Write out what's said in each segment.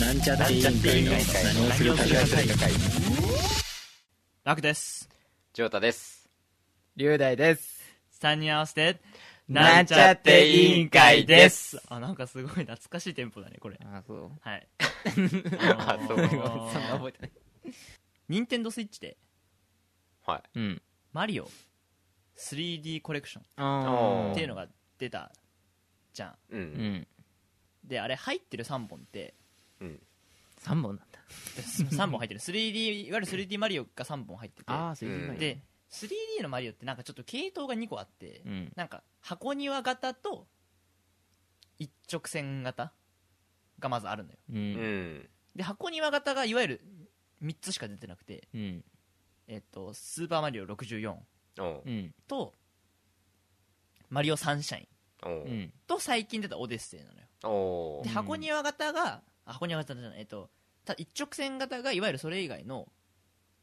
なんちゃって委員会の何をするか会楽ですジョータです。龍大です。 3人合わせてなんちゃって委員会ですあなんかすごい懐かしいテンポだねこれあ、そう。はい あそうそんな覚えてない。任天堂スイッチではい。うん。マリオ 3D コレクションあーっていうのが出たじゃんう。うんん。であれ入ってる3本って 3本なんだ。 3本入ってる 3D いわゆる 3D マリオが3本入っててああ、そういううんで、で 3D のマリオってなんかちょっと系統が2個あって、うん。なんか箱庭型と一直線型がまずあるのよう。うんん。で箱庭型がいわゆる3つしか出てなくてうん。 「えっとスーパーマリオ64おうう。ん。」と「マリオサンシャインおうう。ん。」と最近出た「オデッセイ」なのよおうでうん箱庭型があ箱庭型じゃないえっとた一直線型がいわゆるそれ以外の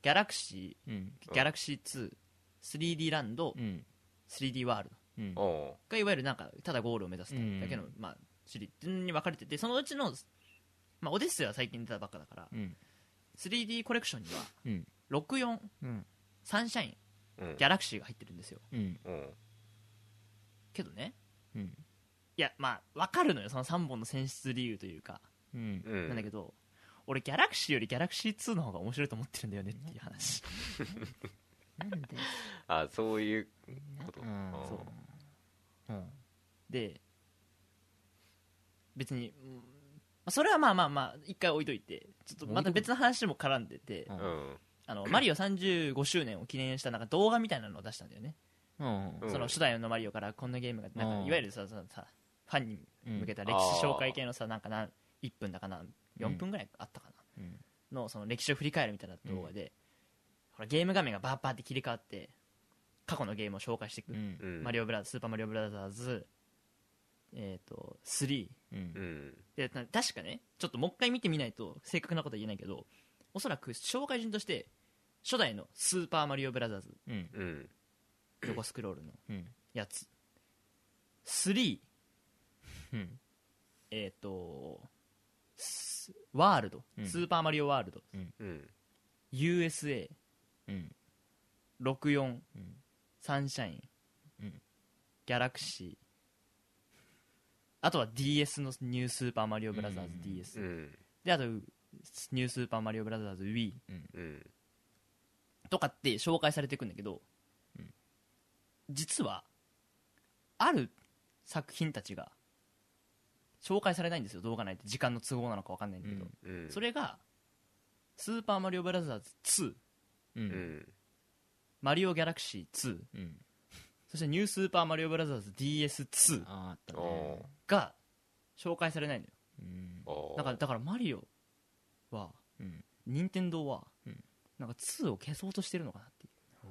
ギャラクシうん。ーギャラクシー 23D ランドうん。 3D ワールドうん。おうがいわゆるなんかただゴールを目指すだけの、うまあ、シリーズに分かれててそのうちの、まあ、オデッセイは最近出たばっかだからうん。 3D コレクションにはうん。 64うん。サンシャインうんギャラクシーが入ってるんですようん。おうけどねうん。いやまあ分かるのよその3本の選出理由というか、うん。うん。なんだけど俺ギャラクシーよりギャラクシー2の方が面白いと思ってるんだよねっていう話なんであ、そういうこと。うんおうそううん。で別に、うんまあそれはまあまあまあ一回置いといてちょっとまた別の話も絡んでて、うんうん。あのマリオ35周年を記念したなんか動画みたいなのを出したんだよね、うん。うんその初代のマリオからこんなゲームがなんうんかいわゆるさそのさファンにうん向けた歴史紹介系のさなんかな1分だかな4分ぐらいあったかな、うんのその歴史を振り返るみたいな動画で、ほらゲーム画面がバーバーって切り替わって過去のゲームを紹介していく、うんう。ん。マリオブラザーズスーパーマリオブラザーズえっ、と3うんう。ん。でた確かねちょっともう一回見てみないと正確なことは言えないけどおそらく紹介順として初代の「スーパーマリオブラザーズうん。うん。」横スク ロールのうん。やつ3うん。えっ、とスワールド、うんスーパーマリオワールドうん。 USA64、うん。 64うんサンシャイン、うんギャラクシーあとは DS のニュースーパーマリオブラザーズ DS、うん。であとニュースーパーマリオブラザーズ Wii うん。とかって紹介されていくんだけど、実はある作品たちが紹介されないんですよ動画内って時間の都合なのか分かんないんだけど、うんうん。それが「スーパーマリオブラザーズ2」う。うんん。 「マリオギャラクシー2うん。」そして「ニュースーパーマリオブラザーズ DS2 ああ、あったおねう。」が紹介されないのようん。おうだからだからマリオはうん。任天堂は、うんなんか2を消そうとしてるのかなっていう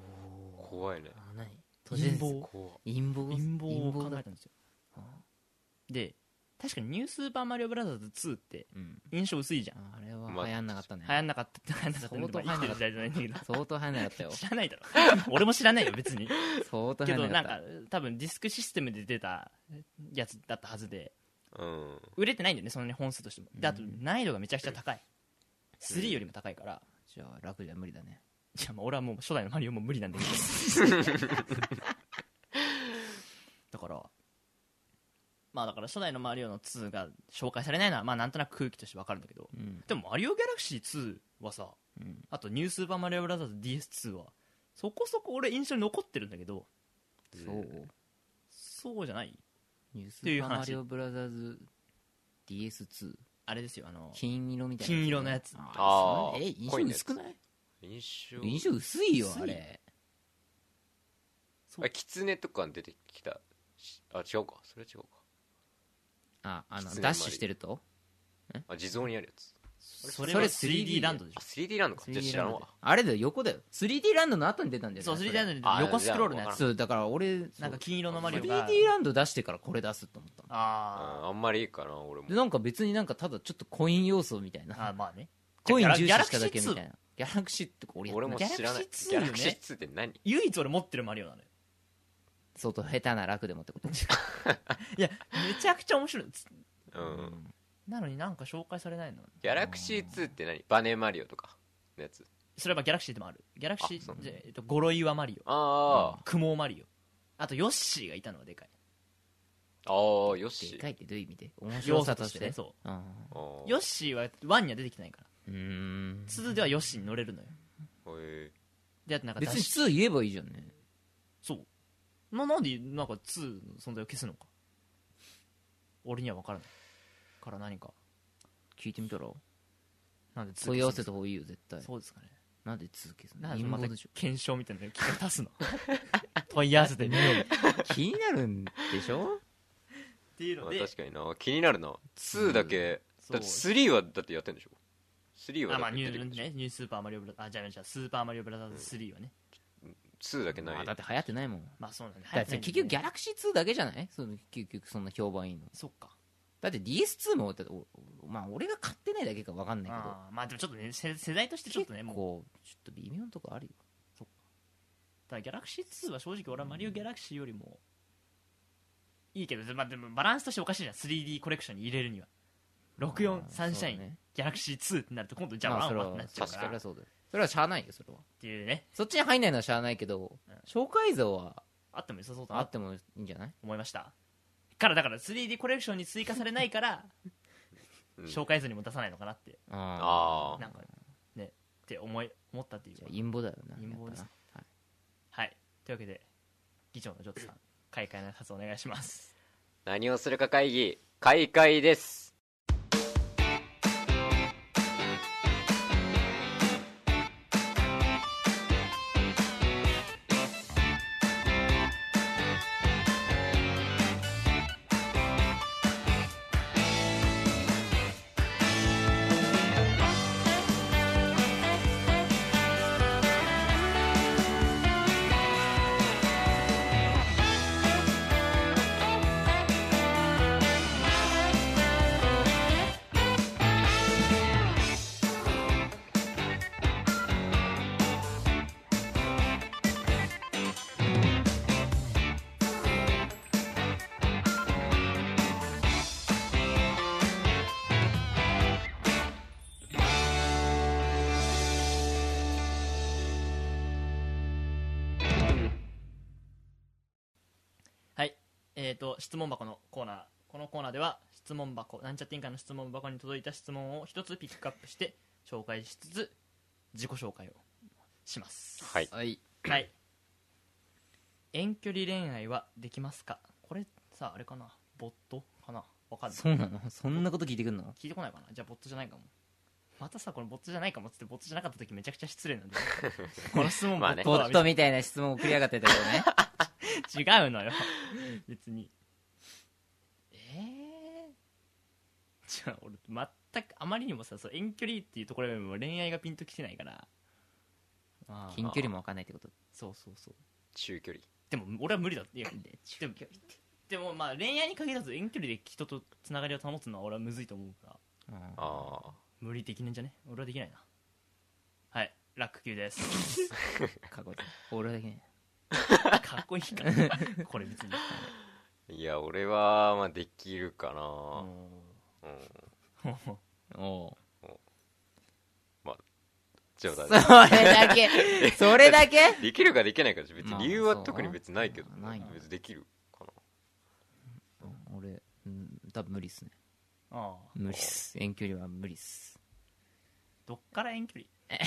怖いね。あ、なに陰謀怖陰謀陰謀を考えたんですよああで確かに「ニュースーパーマリオブラザーズ2」ってうん。印象薄いじゃんああれは流まあ行んなかったね。流行んなかったって 流行んなかったんでまあ生きてる時代じゃないんだけど相当流行んなかっ たよ。知らないだろ俺も知らないよ別 に相当流け行どんななんかった。か多分ディスクシステムで出たやつだったはずでうん。売れてないんだよねそんなに本数としてもであと難易度がめちゃくちゃ高い3よりも高いからじゃあ楽じゃ無理だね。いやまあ俺はもう初代のマリオも無理なんだけど だからまあだから初代のマリオの2が紹介されないのはまあなんとなく空気としてわかるんだけどうん。でもマリオギャラクシー2はさうん。あとニュースーパーマリオブラザーズ DS2 はそこそこ俺印象に残ってるんだけどそう。そうじゃないニュースていうパー話マリオブラザーズ DS2。あれですよあの金色みたいな。金色のやつああーーえ、印象薄くない印象。印象薄いよ、薄いあれ。あ、狐とか出てきたし。あ、違うか。それは違うか。あ、あの、狐ダッシュしてるとあ、地蔵にあるやつ。それは 3D ランドでしあ、3D ランドか。じゃあ知らんわ。あれだよ、横だよ。3D ランドの後に出たんだょよね。そう 3D それランドで横スクロールのやつそう、だから俺、なんか金色のマリオが 3D ランド出してからこれ出すと思ったのあああんまりいいかな、俺もで、。なんか別になんかただちょっとコイン要素みたいーな。あーまあねコイン重視ギャラしただけみたいギャラクシー2な。ギャラクシーって俺やっ俺てなもい知らない。ギャラクシー2よね2って何唯一俺持ってるマリオなのよ相当下手な楽でもってこと。いやめちゃくちゃ面白いつうん。なのになんか紹介されないのギャラクシー2って何バネマリオとかのやつそれはまあギャラクシーでもあるギャラクシーあそうじゃえっとゴロイワマリオあクモマリオあとヨッシーがいたのはでかいあ、ああよでしかいってどういう意味で面白要さ素ととししててねねうそあうヨッしシーは1には出てきてないからーうーん2ではヨッシーに乗れるのよであとなんか別脱出に2言えばいいじゃんねそうななんでなんか2の存在を消すのか俺には分からないから何か聞いてみたらなんで2問い合わせた方がいいよ絶対そうですかねなんで2消すのなんで陰また謀でしょ検証みたいなの聞き足す の問い合わせてみようっ気になるんでしょていうまのあで確かにな気になるな2だけそうだって3はだってやってんでしょ3はあまあだってニ出ュてくーるんでしょねニュースーパーマリオブラザーズあじゃあじゃあスーパーマリオブラザーズ3はね2だけな まあいだって流行ってないもんまあそうなんだだって結局ギャララクシー2だけじゃないその結局そんな評判いいのそっかだって DS2 もだっておおまあ俺が買ってないだけか分かんないけどあーまあでもちょっとね世世代としてちょっとね結もう構ちょっと微妙なとこあるよだからギャラクシー2は正直俺はマリオギャラクシーよりもいいけど、まあ、でもバランスとしておかしいじゃん 3D コレクションに入れるには64あーサンシャイン、そうだねギャラクシー2ってなると今度じゃまああ1それははなっちゃう確かそられっはそうだよそれはしゃあないよそれはていうねそっちに入んないのはしゃあないけど、うん紹介像はあっても良さそうだあなっとてもいいんじゃない思いましたからだから 3D コレクションに追加されないからうん紹介図にも出さないのかなってああなんかねって思い思ったっていーうじゃあ陰謀だよな陰謀ですやっぱはいというわけで議長のジョットさん開会の挨拶お願いします何をするか会議開会ですはい、えー、と質問箱のコーナーこのコーナーでは質問箱なんちゃって委員会の質問箱に届いた質問を一つピックアップして紹介しつつ自己紹介をします はいなはいはい遠距離恋愛はできますかこれさあれかなボットかなわかんないそうなの そんなこと聞いてくんの聞いてこないかなじゃあボットじゃないかもまたさこのボットじゃないかもっつってボットじゃなかった時めちゃくちゃ失礼なん でこの質問まあねポボットだッみたトいみたいな質問送りやがってたけどね違う のよ別にええじゃあ俺全くあまりにもさそう遠距離っていうところよりも恋愛がピンときてないからあー近距離も分かんないってことそうそうそう中距離でも俺は無理だっていやででもでもまあ恋愛に限らず遠距離で人とつながりを保つのは俺はむずいと思うからあああ無理できないんじゃね俺はできないなはいラック級です ーかっこいい俺だけねかっこいいかなこれ別 にいや俺はまあできるかうな、うん、んおう冗談 それだけそれだけできるかできないか別にまあ理由はそう特に別にないけど、ないな別にできるかなうん俺うん多分無理っすねああ無理っす遠距離は無理っすどっから遠距離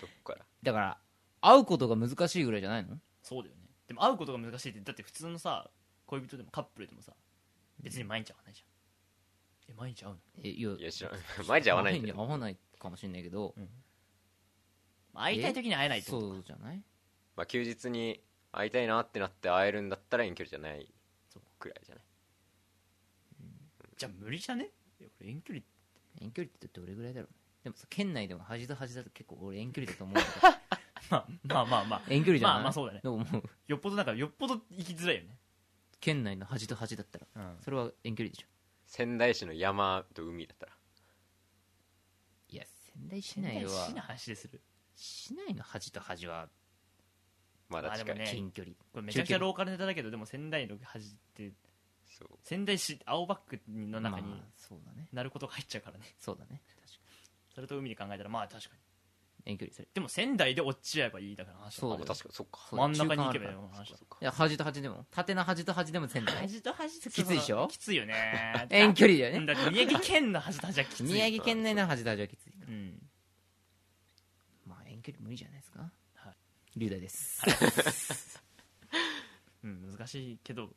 どっからだから会うことが難しいぐらいじゃないのそうだよねでも会うことが難しいってだって普通のさ恋人でもカップルでもさ別に毎日会わないじゃんえ毎日会うの、えいやいや知らない前じゃ合わないんだ会よわないかもしれないけどまあ会いたい時に会えないってそことうじゃないまあ休日に会いたいなってなって会えるんだったら遠距離じゃないそうくらいじゃないじゃあ無理じゃねいや俺遠距離遠距離ってどれぐらいだろうでもさ県内でも端と端だと結構俺遠距離だと思うんだけどまあまあま あまあ遠距離じゃないまあまあそうだねでももうよっぽどなんかよっぽど行きづらいよね県内の端と端だったらうんそれは遠距離でしょ仙台市の山と海だったらいや仙台市しな内いは話でする市内の端と端はまだ近い、まあでもね近距離これめちゃくちゃ中距離ローカルネタだけどでも仙台の恥ってそう仙台市青葉区の中にまあそうだねなることが入っちゃうからねそうだね確かそれと海で考えたらまあ確かにに遠距離するでも仙台で落ちちゃえばいいだから話そあうだよ確かにそっかそう真ん中に行けばいい中の話だそっかいや端と端でも縦の端と端でも仙台端と端ときついでしょきついよね 遠距離だようんねだって宮城県の端と端はきつい宮城県内の端と端はきついからうんまあ遠距離無理じゃないですかは龍大ですうん難しいけどま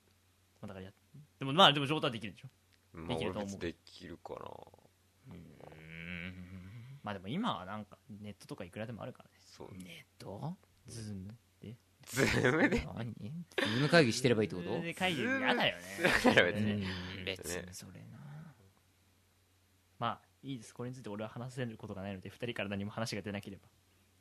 あだからやでもまあでも上達できるでしょまあでき俺ると思う別できるかなまあでも今はなんかネットとかいくらでもあるからねそうネットズームでズームで何ズーム会議してればいいってこズームとで会議嫌だよねだから別うにんん別にそれなまあいいですこれについて俺は話せることがないので2人から何も話が出なければ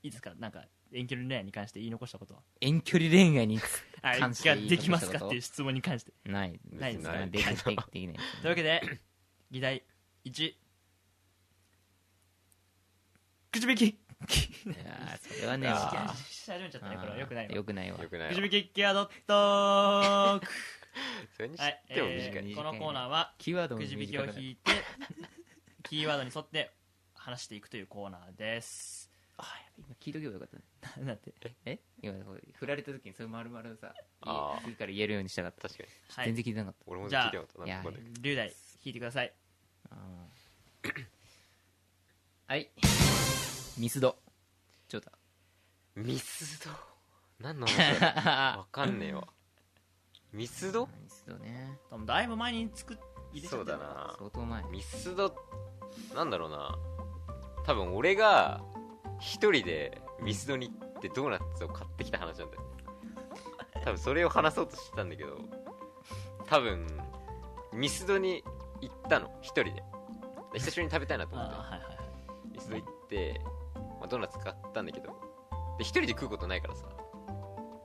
いいですかなんか遠距離恋愛に関して言い残したことは遠距離恋愛にあ関してができますかっていうう質問に関してないないですないできないできないというわけで議題1口引きいやーそれはねあーし始めちゃったねこれはよくないよわくないわよくない口わ引きケアドットークそれに知はい、っても短えいーねこのコーナーはキーワードもくじ引きを短くない引いてキーワードに沿って話していくというコーナーですあー今聞いとけばよかったねなんだってえ今こう振られた時にそれ丸々さあー次から言えるようにしたかった確かにはい全然聞いてなかった俺も聞いじゃあてなかったいやなんかわかんない龍大引いてくださいあー はいミスドちょうだミスド何の話だろうわかんねえわミスド ミスドね多分だいぶ前に作っ入れちゃそっうただよな相当前ミスドなんだろうな多分俺が一人でミスドに行ってドーナツを買ってきた話なんだよね多分それを話そうとしてたんだけど多分ミスドに行ったの一人でで久しぶりに食べたいなと思ってあーはいはいはいミスド行って、まあ、ドーナツ買ったんだけどで一人で食うことないからさ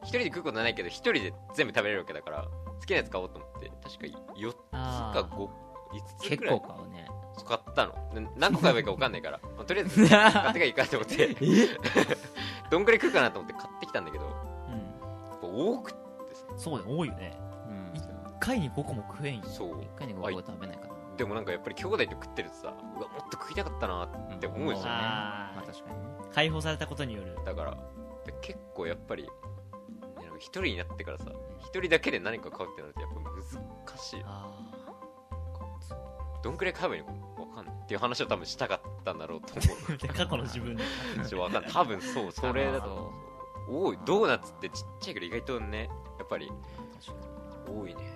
一人で食うことないけど一人で全部食べれるわけだから好きなやつ買おうと思って確か4つあかー5 5つ結くら構い買うね買ったので何個買えばいいか分かんないから、 まあとりあえず買ってがいいかと思ってどんくらい食うかなと思って買ってきたんだけど多くってさうんそうだよ多いよねうん1回に5個も食えんよそう一回に5個食べないかなでもなんかやっぱり兄弟と食ってるとさうわもっと食いたかったなって思うじゃんんあーまあ確かにね解放されたことによるだからで結構やっぱりねなんか一人になってからさ一人だけで何か買うってなるとやっぱ難しいあどんくらい買えばいいのか分かんないっていう話を多分したかったんだろうと思うあ過去の自分でちょっと分かんない多分そうそれだと思う多いドーナツってちっちゃいけど意外とねやっぱり確か多いね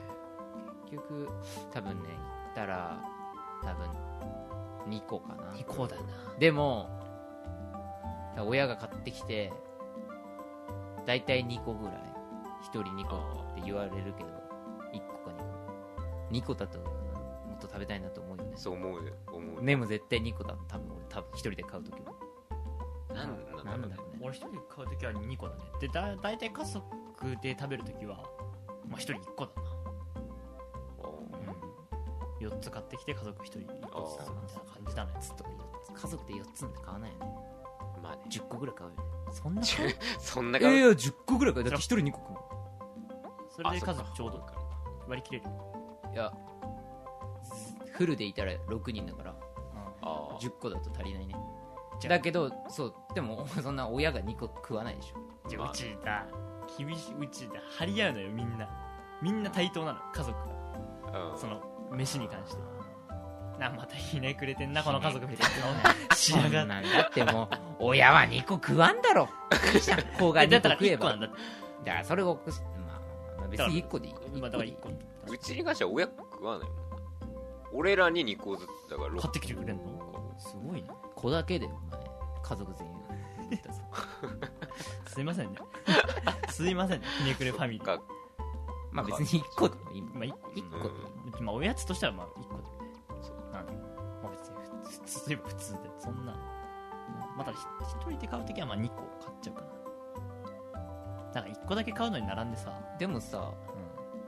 に結局多分ね行ったら多分2個かな行こうだよなでも親が買ってきて大体2個ぐらい1人2個って言われるけど1個か2個2個だともっと食べたいなと思うよねそう思うよ思うでも絶対2個だ多分俺多分1人で買う時もなんななんんだだろろうね俺一人で買うときは2個だねでだ大体家族で食べるときはまあ一人1個だなうね4つ買ってきて家族1人1個ずつみたいな感じだねつとか4つ家族で4つなんて買わないよねあーまあね 10個ぐらい買うよねそんな感じそんなえい感じや10個ぐらい買うだって1人2個食うそれで家あそっ族かちょうどだから割り切れるいやフルでいたら6人だからあー10個だと足りないねじゃあだけどそうでも そんな親が2個食わないでしょじゃまああうちだ厳しいうちだ張り合うのよみんなみんな対等なの家族がうんその飯に関してなまたひねくれてんなこの家族みたい な仕上そがんっなんだってもう 親は2個食わんだろいいじゃん子がてだか2個ら食え1個ばなだんだってからそれをまあまあ別に1個でいいまあだから1個うちに関しては親食わないもん俺らに2個ずつだから買っ6てきてくれんのすごいな子だけでお前家族全員だったぞすいませ んねすいませんねひねくれファミリーかまあ別に1個でもいいもんまあ、一1個でいいもん個まあ、おやつとしてはまあ1個だよねそうなんでまあ別に普通 普通普通でそんなまあただひ一人で買うときはまあ2個買っちゃうかなだから1個だけ買うのに並んでさ、でもさ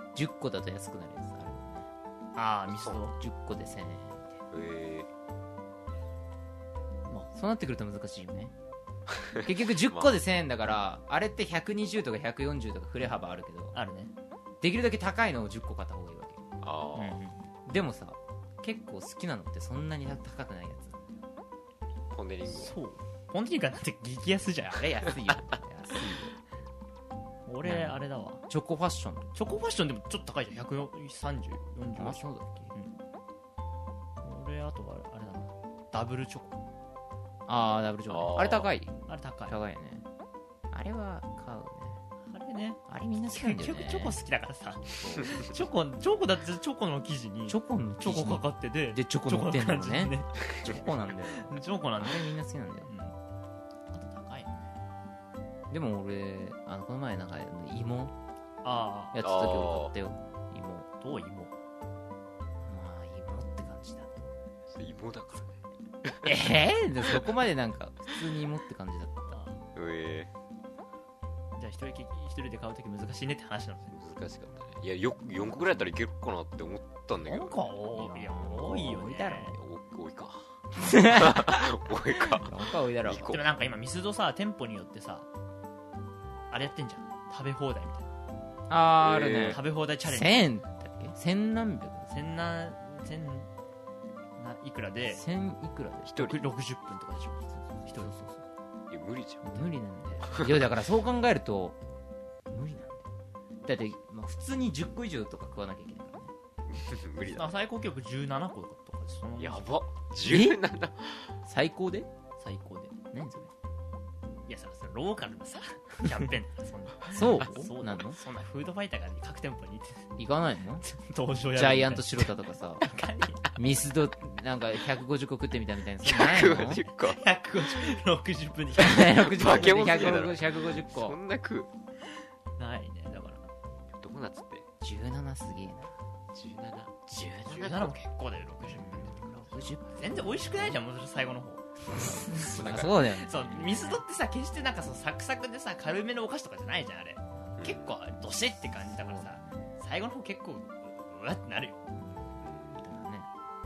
うん、 10個だと安くなるやつあるああミスド10個で1000円みたいえなまあそうなってくると難しいよね結局10個で1000円だ からあれって120とか140とか振れ幅あるけどあるねできるだけ高いのを10個買った方がいいわけー、ああ、でもさ結構好きなのってそんなに高くないや つポンデリングそうポンデリンガなんて激安じゃんあれ 安いよ安いよ俺うんあれだわチョコファッションチョコファッションでもちょっと高いじゃん13040あそうだっけ俺あとはあれだなダブルチョコああダブルチョコあねーあれ高いあれ高い高いよねあれは買うねあれねあれみんな好きなん結だ局よ ねチョコ好きだからさチョコチョコだってチョコの生地にチチョコのョコかかっててでチョコ乗ってんの感よじねにねチョコなんだよチョコなんあでれみんな好きなんだようんあと高いでも俺あのこの前なんか芋あやってた時俺買ったよ芋まあどう芋あ芋って感じだ芋だからねええ でそこまでなんか普通に芋って感じだったあうえじゃあ一人き一人で買う時難しいねって話なんですねー難しかったねいやよ4個ぐらいやったらいけるかなって思ったんだけど多いよ多いよ多ねいだろお多 いか多いか 他多いだろいい子でもなんか今ミスドさ店舗によってさあれやってんじゃん食べ放題みたいなあーあえーるね食べ放題チャレンジ千だっけ千何百千何千ないくらで千いくらで一人60分とかでしょ一人いや無理じゃん無理なんだよいやだからそう考えると無理なんだよだって、まあ、普通に10個以上とか食わなきゃいけないからね 無理まだあ、最高記録17個とかとかでそのやば17最高で最高で何それいやそれそれローカルなさキャンペーンだからそうそんなそうななののそんなフードファイターが各店舗に行って行かないの登場やる ジャイア ント白田とか さミスドなんか150個食ってみたみたいなそんなないの150個150分に 150個化け物すぎだろ150そ個んな食うないねだからドーナツって17すげえな17 17も結構だよ60分で60全然美味しくないじゃんもう最後の方なんかそうだよねそうミスドってさ決してなんかそうサクサクでさ軽めのお菓子とかじゃないじゃんあれ結構どしって感じだからさ最後の方結構うわってなるよだからね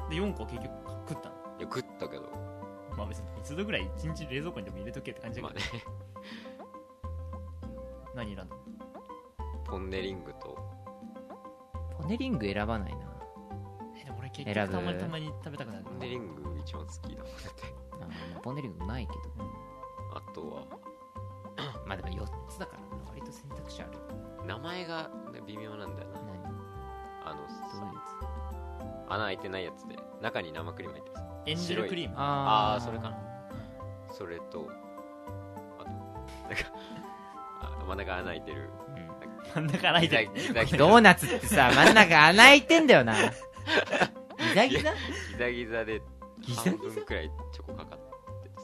で4個結局食ったのいや食ったけどまあ別に一度ぐらい一日冷蔵庫にでも入れとけって感じだまけあど、ね何選んだのポンネリングとポネリング選ばないなえでも俺結選局ぶたまにたまに食べたくなるポンネリング一番好きだもんだってあのまあポネリングうまいけどあとはまあでも4つだからな割と選択肢ある名前がね微妙なんだよな何あのどういうやつ穴開いてないやつで中に生クリーム入ってまエンジェルクリームああーそれかすそれとあとなんかあ真ん中穴開いてる真ん中から入ギってるザギザギザドーナツってさ真ん中穴開いてんだよなギザギザギザギザでギザギザ半分くらいチョコかかっててさ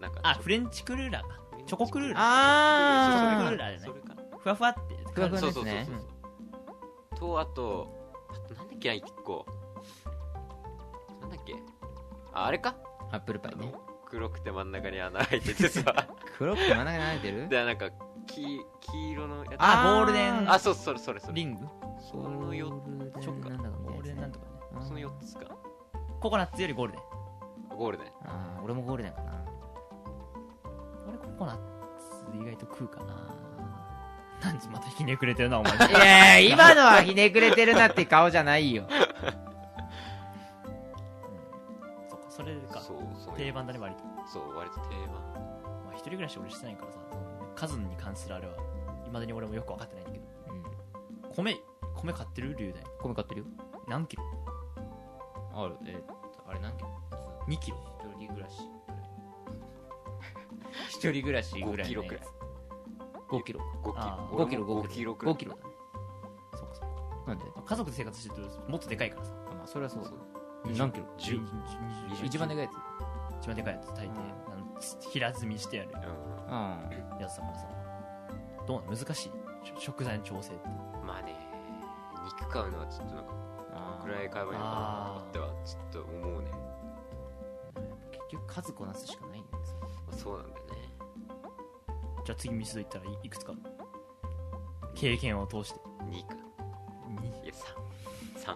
なんかあフレンチクルーラーかチョコクルーラあーークルーラーじゃそなれかいふわふわってふわふわそのうやつねそうそうそうそうとあとあとなんだっけな一個なんだっけああれかアップルパあイのね黒くて真ん中に穴開いてて さ黒くて真ん中に穴開いてるでなんか黄黄色のやつああゴールデンあそうそれそれそれリングそのよちょっなんだかみゴたいールデンななやんとつかねねその4つかココナッツよりゴールデンゴールデンあー俺もゴールデンかな俺ココナッツ意外と食うかななんつまたひねくれてるな お前いやいや今のはひねくれてるなって顔じゃないよそっかそれかそうそう定番だね割と、そう割と定番まあ、一人暮らし俺してないからさその数に関するあれはいまだに俺もよく分かってないんだけどうん米米買ってる龍大米買ってるよ何キロあるえあれ何キロ2キロ一人暮らし一人暮らしぐら5いキロくらい5キロあー5 5キキロロ俺も5 5キキロロくらい5キロだねそうかそうかなんでまあ家族で生活してるともっとでかいからさまあそれはそうだそう何キロ10 20一番でかいやつ一番でかいやつ大抵、あのつ平積みしてやるううんやつだからさどうなの難しいし食材の調整ってんまあね肉買うのはちょっとなんかあこれくらーい買えばいいのかなってはちょっと思うね結局数こなすしかないんだよまあそうなんだよねじゃあ次ミスド行ったらいいくつか経験を通して2かいや3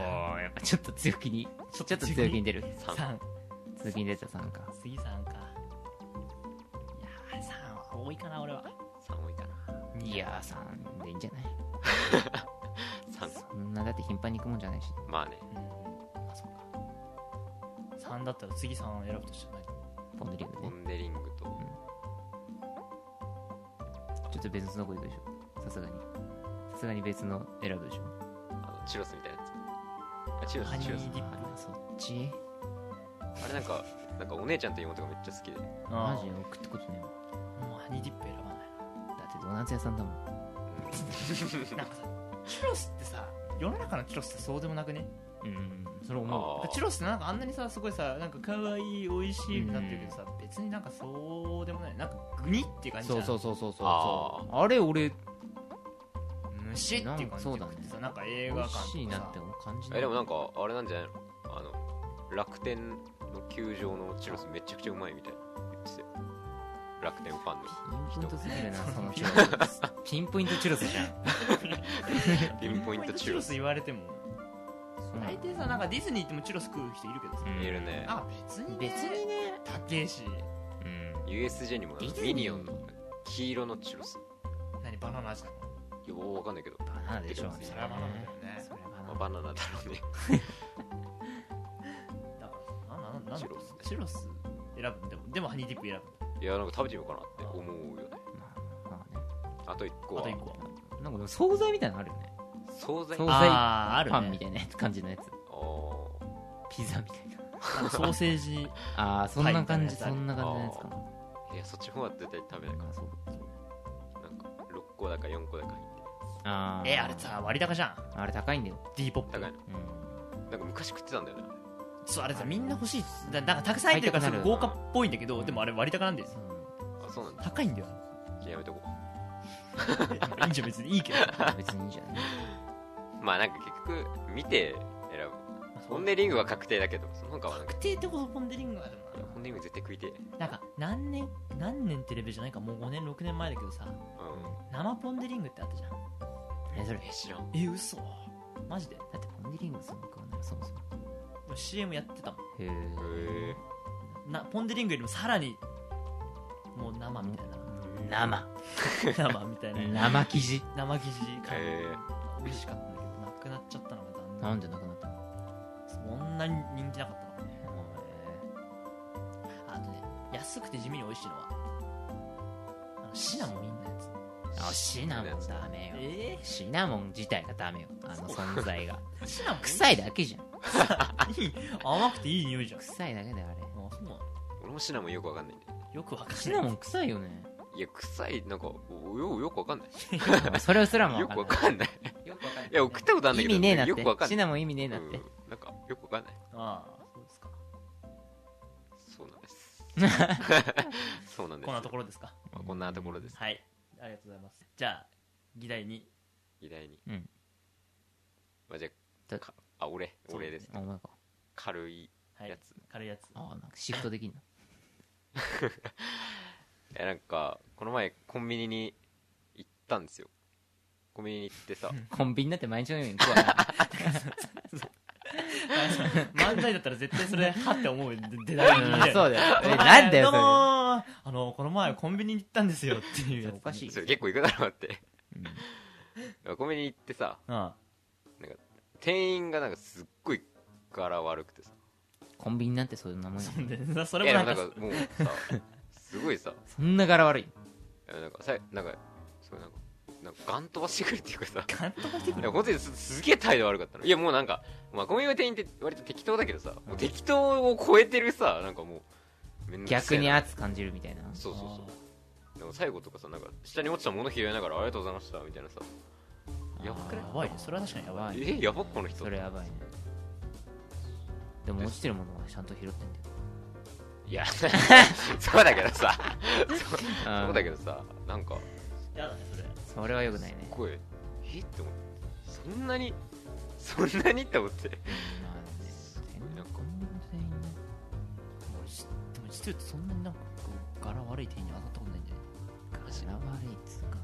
3 やっぱちょっと強気にちょっと強気に出る3強気に出た3か次3かいやー3は多いかな俺は3多いかないやー3でいいんじゃない3そんなだって頻繁に行くもんじゃないしまあねうんあそっか3だったら次3を選ぶとしたら何ポンデリングポねン・デリングとちょっと別のとこ行くでしょさすがにさすがに別の選ぶでしょあのチュロスみたいなやつあチュロハスニーチュロスディッあそっちあれなんかなんかお姉ちゃんと妹がめっちゃ好 きでプマジで送ってことねあもうハニーディップ選ばないだってドーナツ屋さんだもんなんかさチュロスってさ世の中のチュロスってそうでもなくねうんそれ思あうーチュロスってなんかあんなにさすごいさなんか可愛い美味しいってなってるけどさ別になんかそうでもないなんかグニっていう感じじゃそんうそうそうそうそうああれ俺虫っていう感じでそうだね食ってさなんか映美画館味とかしいなさ って感じえでもなんかあれなんじゃないのあの楽天の球場のチュロスめちゃくちゃうまいみたいな言ってたよ楽天ファンのピンポイントすぎるなそのチュロスピンポイントチュロスじゃんピンポイントチュロス言われてもそうな大の抵さなんかディズニー行ってもチュロス食う人いるけどさ、うん言えるねあ別にね別にね高えしうん USJ にもあディのズニーミニオンの黄色のチュロス何バナナ味なのようわかんないけど、バナナでしょそれはバナナだよねそれはバナまナあ、バナナだろうねだからなななんだチュロスねチュロス選ぶんでもでもハニーディップ選ぶいやなんか食べてみようかなって思うよねまあまあねあと1個あとは一個はなんかでも惣菜みたいなのあるよね惣菜惣あ菜あーあるねパンみたいなやつ感じのやつーピザみたいななんかソーセージああそんな感じパそイみんな感じのやつかいやそっちの方は絶対食べないかなそうらなんか6個だか4個だか入ってあー えあれさ割高じゃんあれ高いんだよ D ポップ高いのうんなんか昔食ってたんだよねそうあれさみんな欲しいっつだなんかたくさん入ってるからすごい豪華っぽいんだけどでもあれ割高なんだよそうあそうなんだ高いん だよじゃあやめとこいいんじゃん別にいいけど別にいいんじゃないうまあなんか結局見て選ぶポン・デリングは確定だけどその他はなんか確定ってことポンデリングはでもいやポン・デリング絶対食いてえななんか何年何年ってレベルじゃないかもう5年6年前だけどさう生ポンデリングってあったじゃん何それんえ知らんえ嘘マジでだってポンデリングそんな食わないそもそも CM やってたもへえへんなポン・デ・リングよりもさらにもう生みたい な生生みたいな生生地生生地え感へえ美味しかったんだけどなくなっちゃったのが残な念んでなくなったのそんなに人気なかったのかねへあとね安くて地味に美味しいのはあのシナモンみんなやつーあシナモンダメよえシナモン自体がダメよあの存 在がー、シナモン臭いだけじゃんいい甘くていい匂いじゃんあ臭いだけだよあれそうなの俺もシナモンよくわかんないんだよよくわかんないシナモンン臭い よねいや臭いなんかおよよくわかんないそれすらもよくわわかんかんないないよくわかんないいや送ったことあんだ意けど味ねえなっよくわてかシんないナモン意味ねえなっうんてなんかよくわかんないああそうですかそうなんですそうなんですこんなところですかまあこんなところですはいありがとうございますじゃあ議題に議題に、うんまあ、じゃあだかあ俺そう俺ですあお前か軽いはいやつ軽いやつ あなんかシフトできんのいやなんかこの前コンビニに行ったんですよコンビニに行ってさコンビニだって毎日のよ うに食わない漫才だったら絶対それはって思う出だりにうん そだう だよ。えなんだどうよ、そもーれあのこの前コンビニに行ったんですよっていうやつおかしいそれ結構行くだろうってう んコンビニに行ってさあ店員がなんかすっごい柄悪くてさコンビニなんてそんなもんあやそ。んでなそいれやもななんんかかもうさすごいさそんな柄悪い。いやなんかさなんかそうなんかなんかガン飛ばしてくるっていうかさ監督してくいるや本当にすすげえ態度悪かったのいやもうなんか、まあ、コンビニの店員って割と適当だけどさ、もう適当を超えてるさなんかもうめんどくせ逆えなに圧感じるみたいな。そうそうそうでも最後とかさなんか下に落ちたもの拾いながらありがとうございましたみたいなさやばくやないばいねそれは確かにやばいやばいえやばっこの人それやばいね。でも落ちてるものはちゃんと拾ってんだよ。いや そうだけどさそうだけど。どさなんかやだねそれそれは良くないね。声えって思ってそんなにそんなにって思ってまあねごいなんかコンビニの店員ね俺しでも実はそんなになんかこう柄悪い店員に当たったことないんじゃない柄悪いっつうか。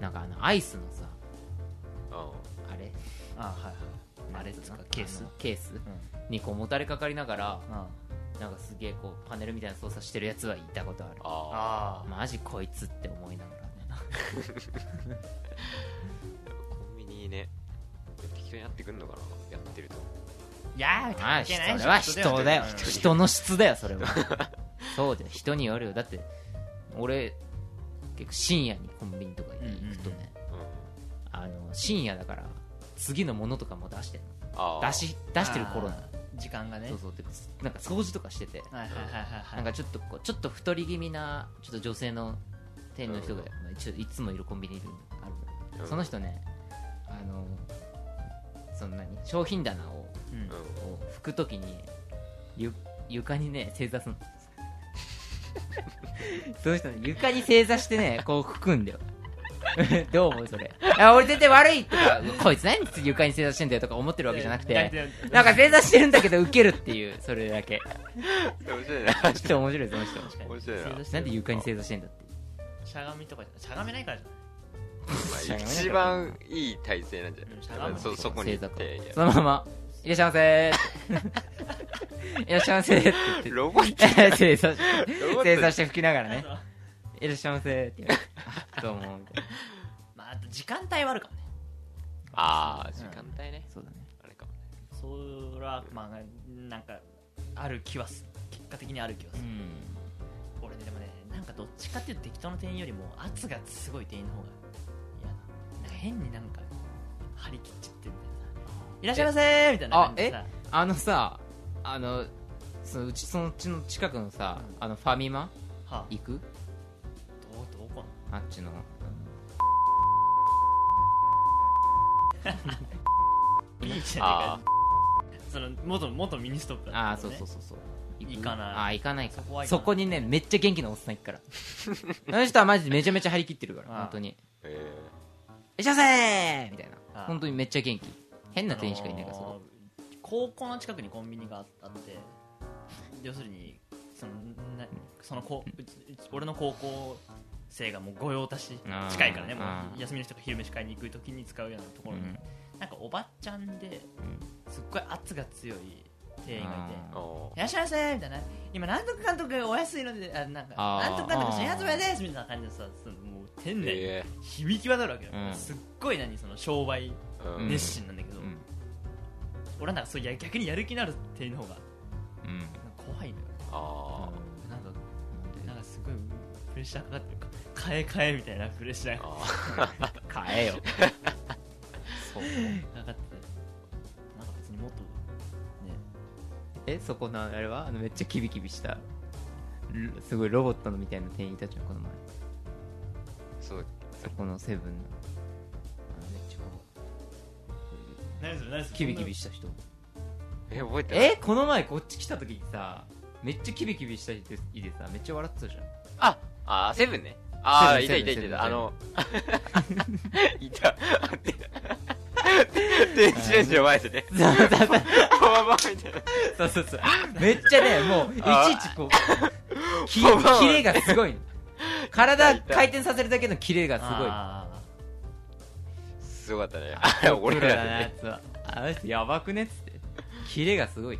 なんかあの、アイスのさ、ああれあはいはいあれっつうかケースあのケースうんにこうもたれかかりながら、あなんかすげえこう、パネルみたいな操作してるやつはいたことある。ああマジこいつって思いながらね。コンビニね適人に合ってくんのかなやってるといやーあ関人係ないでしそょれは人だようん人の質だよそれはそうだよ人によるよだって俺結構深夜にコンビニとか行くとね、うんあの深夜だから次のものとかも出してるああ出し出してる頃なのあー時間がねそうそうでつなんか掃除とかしててはいはいはいはいなはんいかちょっとこうちょっと太り気味なちょっと女性の店員の人が、うんまあちょいつもいるコンビニにあるんだけど、うんその人ねあのそんなに商品棚をうんうんこう拭くときにゆ床にね正座すんのその人ね床に正座してねこう拭くんだよ どう思うそれあ俺全然悪いとかこいつ何床に正座してんだよとか思ってるわけじゃなくいやいやていやなんか正座してるんだけどウケるっていうそれだけ面白 いなちょっと面白いその人確かに面白いな正座してなるんで床に正座してんだってしゃがみとかじゃしゃがめないからじまあ一番いい体勢なんじゃうんしゃがなむいのそそこに正行座っかていそやのまま「いらっしゃいませ」って「いらっしゃいませ」って言ってロボット 正座しロボット正座して吹きながらゃないね「いらっしゃいませ」って言われてあどうもみたいなまああと時間帯はあるかもねああ時間帯ねそうだねあれかもそらまあなんかある気はす結果的にある気はすうる、ん俺ねでもねなんかどっちかっていうと適当な店員よりも圧がすごい店員の方が嫌だなんか変になんか張り切っちゃってるみたいなさ「いらっしゃいませ!」みたいな感じでさあのさあのそのうちそのうちの近くのさうんあのファミマはあ行くどどこのあっちのいいじゃあねえかその元元ミニストップだったああかそらうねそうそうそう行かないあー行かないかそこは行かないそこにねめっちゃ元気なおっさん行くからあの人はマジでめちゃめちゃ張り切ってるからあー本当にえ「いらっしゃいませ!」みたいあなー本当にめっちゃ元気変な店員しかいないからあそのーこ高校の近くにコンビニがああって要するにそのなそのこうちうち俺の高校生がもう御用達あー近いからねもあうー休みの人が昼飯買いに行く時に使うようなところに、うんなんかおばちゃんでうんすっごい圧が強い店員がいてあーお「いらっしゃいませ」みたいな「今なんとか監督お安いのであなんかあーなんとか監督新発売です」みたいな感じでさそのもう店ー内にえ響き渡るわけよ、うんすっごい何その商売ーうん熱心なんだけど、うん俺なんかそういや逆にやる気のある店員の方がうんなんか怖いのよあなんかなんかすごいプレッシャーかかってるか買え買えみたいなプレッシャーーがあ買 えよそうかかっててなんか別にもっとねえそこのあれはあのめっちゃキビキビしたルすごいロボットのみたいな店員いたじゃんこの前ーそうそこのセブンのあのめっちゃこう何それ何それキビキビした人え覚えてないえこの前こっち来た時にさめっちゃキビキビした人いてさめっちゃ笑ってたじゃんああーセブンねああいたセいブたいたいンセブンたあの いた電子レンジの前で ねパワーバーみたいなそうそうそうめっちゃねもういあちいちこう きパワーキレがすごいの体いた回転させるだけのキレがすごいあすごかったねあれ俺らだねプロだなあいつはあの人 やばくねっつってキレがすごい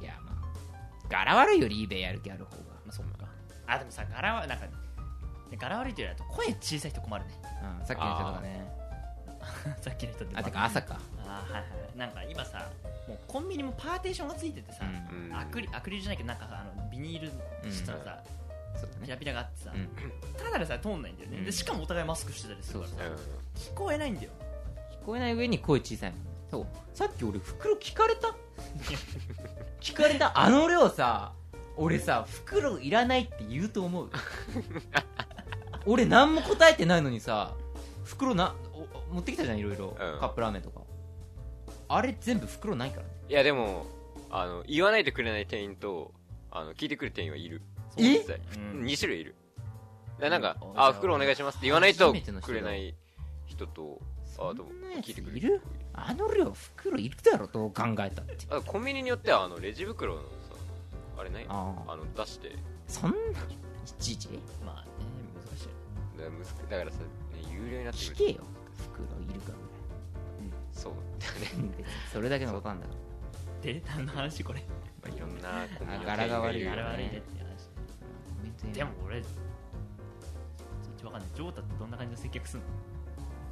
いやまあ柄悪いより eBay やる気ある方がーまあそっかあでもさ柄はなんか柄悪いというよりだと声小さい人困るね うんさっきの人とかねさっきの人ってあてか朝かあーはいはいなんか今さもうコンビニもパーテーションがついててさ、うんうんアクリアクリルじゃないけどなんかさあのビニール質のさ、そうだピねラピラがあってさ、うんただでさえ通んないんだよね、うんでしかもお互いマスクしてたりするからさそうう聞こえないんだよ聞こえない上に声小さいもんねそうさっき俺袋聞かれ た聞かれたあの量さ俺さ袋いらないって言うと思 う俺何も答えてないのにさ袋なお持ってきたじゃんいろいろ、うんカップラーメンとかあれ全部袋ないからねんいやでもあの言わないとくれない店員とあの聞いてくる店員はいるえ実際うん2種類いるだなんかう「んあ袋お願いします」って言わないと初めての人くだれない人とあでもそんなやつ聞いてくいれるるあの量袋いるだろどう考えたってあコンビニによってはあのレジ袋のさあれないあああの出してそんないちいちまあね難しいだからむずだからさ、ね、有料になって聞くけるよ袋いるかぐそう だねらい別にそれだけのことなんだからで何の話これまあいろんなコンビニのあ柄が悪い店員よねが柄い悪いねって話本当にでも俺ちょっとわかんないジョータってどんな感じの接客すんの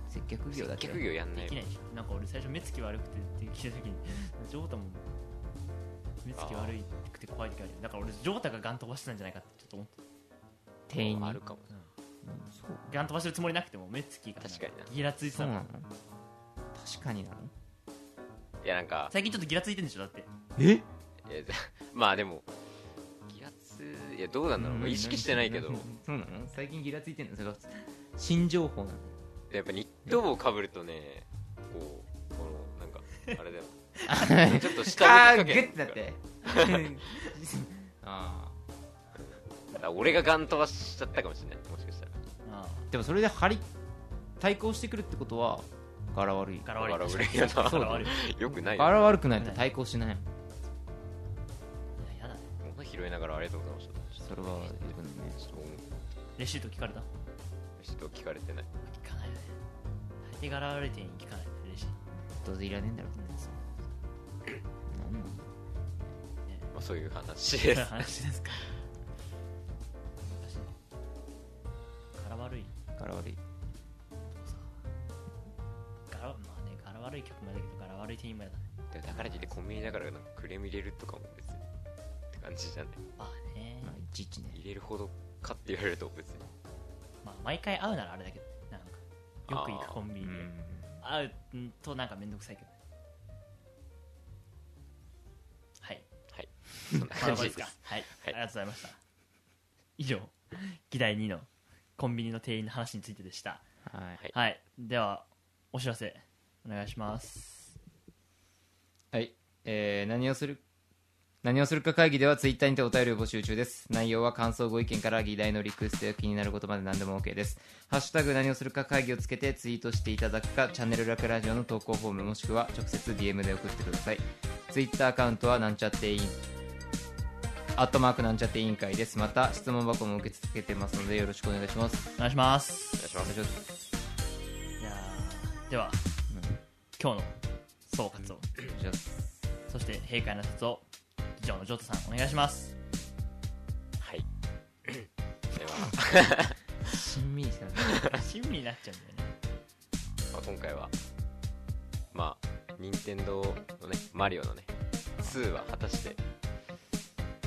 接客業だって接客業やんなでいきないよでしょなんか俺最初目つき悪くてって聞いた時にジョータも目つき悪くて怖い時あるよだから俺ジョータがガン飛ばしてたんじゃないかってちょっと思って店員にあるかもうんそうガン飛ばしてるつもりなくても目つきが確かになギラついてそたうもんなの確かになのいやなんか最近ちょっとギラついてんでしょだってえいやまあで もギラついやどうなんだろう意識してないけどそうなの最近ギラついてんのそれは新情報なのやっぱニット帽をかぶるとねこうこのなんかあ れだよちょっと下あ向ーきグかけッてなって あだから俺がガン飛ばしちゃったかもしれないもしかしたらあーでもそれで張り対抗してくるってことは柄悪いあ柄悪い柄悪いやな確かに柄悪いよくないよ柄悪くないと対抗しないもんいややだね物拾いながらありがとうございましたそれはよくないねちょっとレシート聞かれたちょっと聞かれてない聞かないよね大抵柄悪い店員聞かないよねレシートどうせいらねえんだろうねなんなんまあそういう話でそういうす 話ですか難しいね柄悪い柄悪いとさ柄まあね柄悪い客もやだけど柄悪い店員もやだねでもだからといってコンビニだからなんかクレーム入れるとかも別にって感じじゃないまあねまあいちいちね入れるほどかって言われると別にまあ毎回会うならあれだけどねなんかよく行くコンビうニでん会うとなんかめんどくさいけどねはいはいそんなこん感なとじこでですすかはい、はいありがとうございました以上議題2のコンビニの店員の話についてでしたはいはいはいではお知らせお願いしますはい、えー何をする何をするか会議ではツイッターにてお便りを募集中です内容は感想ご意見から議題のリクエストや気になることまで何でも OK です「ハッシュタグ何をするか会議」をつけてツイートしていただくかチャンネルラクラジオの投稿フォームもしくは直接 DM で送ってくださいツイッターアカウントはなんちゃって委員アットマークなんちゃって委員会ですまた質問箱も受け付けてますのでよろしくお願いしますお願いしますお願いしますお願いしますいやーでは今日の総括をお願いしますそして閉会の説を議長のジョータさんお願いしますはいではしんみりしたね親身になっちゃうんだよねまあ、今回はまあ任天堂のねマリオのね2は果たして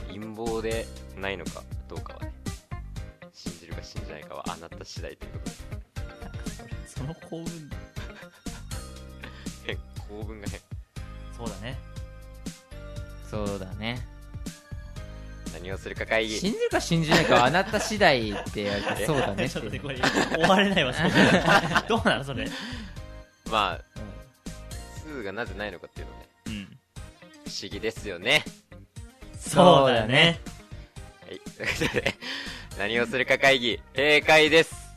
陰謀でないのかどうかはね信じるか信じないかはあなた次第ということその幸運で 構文が変そうだねそうだね何をするか会議信じるか信じないかはあなた次第って言われてそうだ ねちょっとねてこれ終われないわそ こどうなのそれまあ2がなぜないのかっていうのねうん不思議ですよねそうだねはいということで何をするか会議閉会です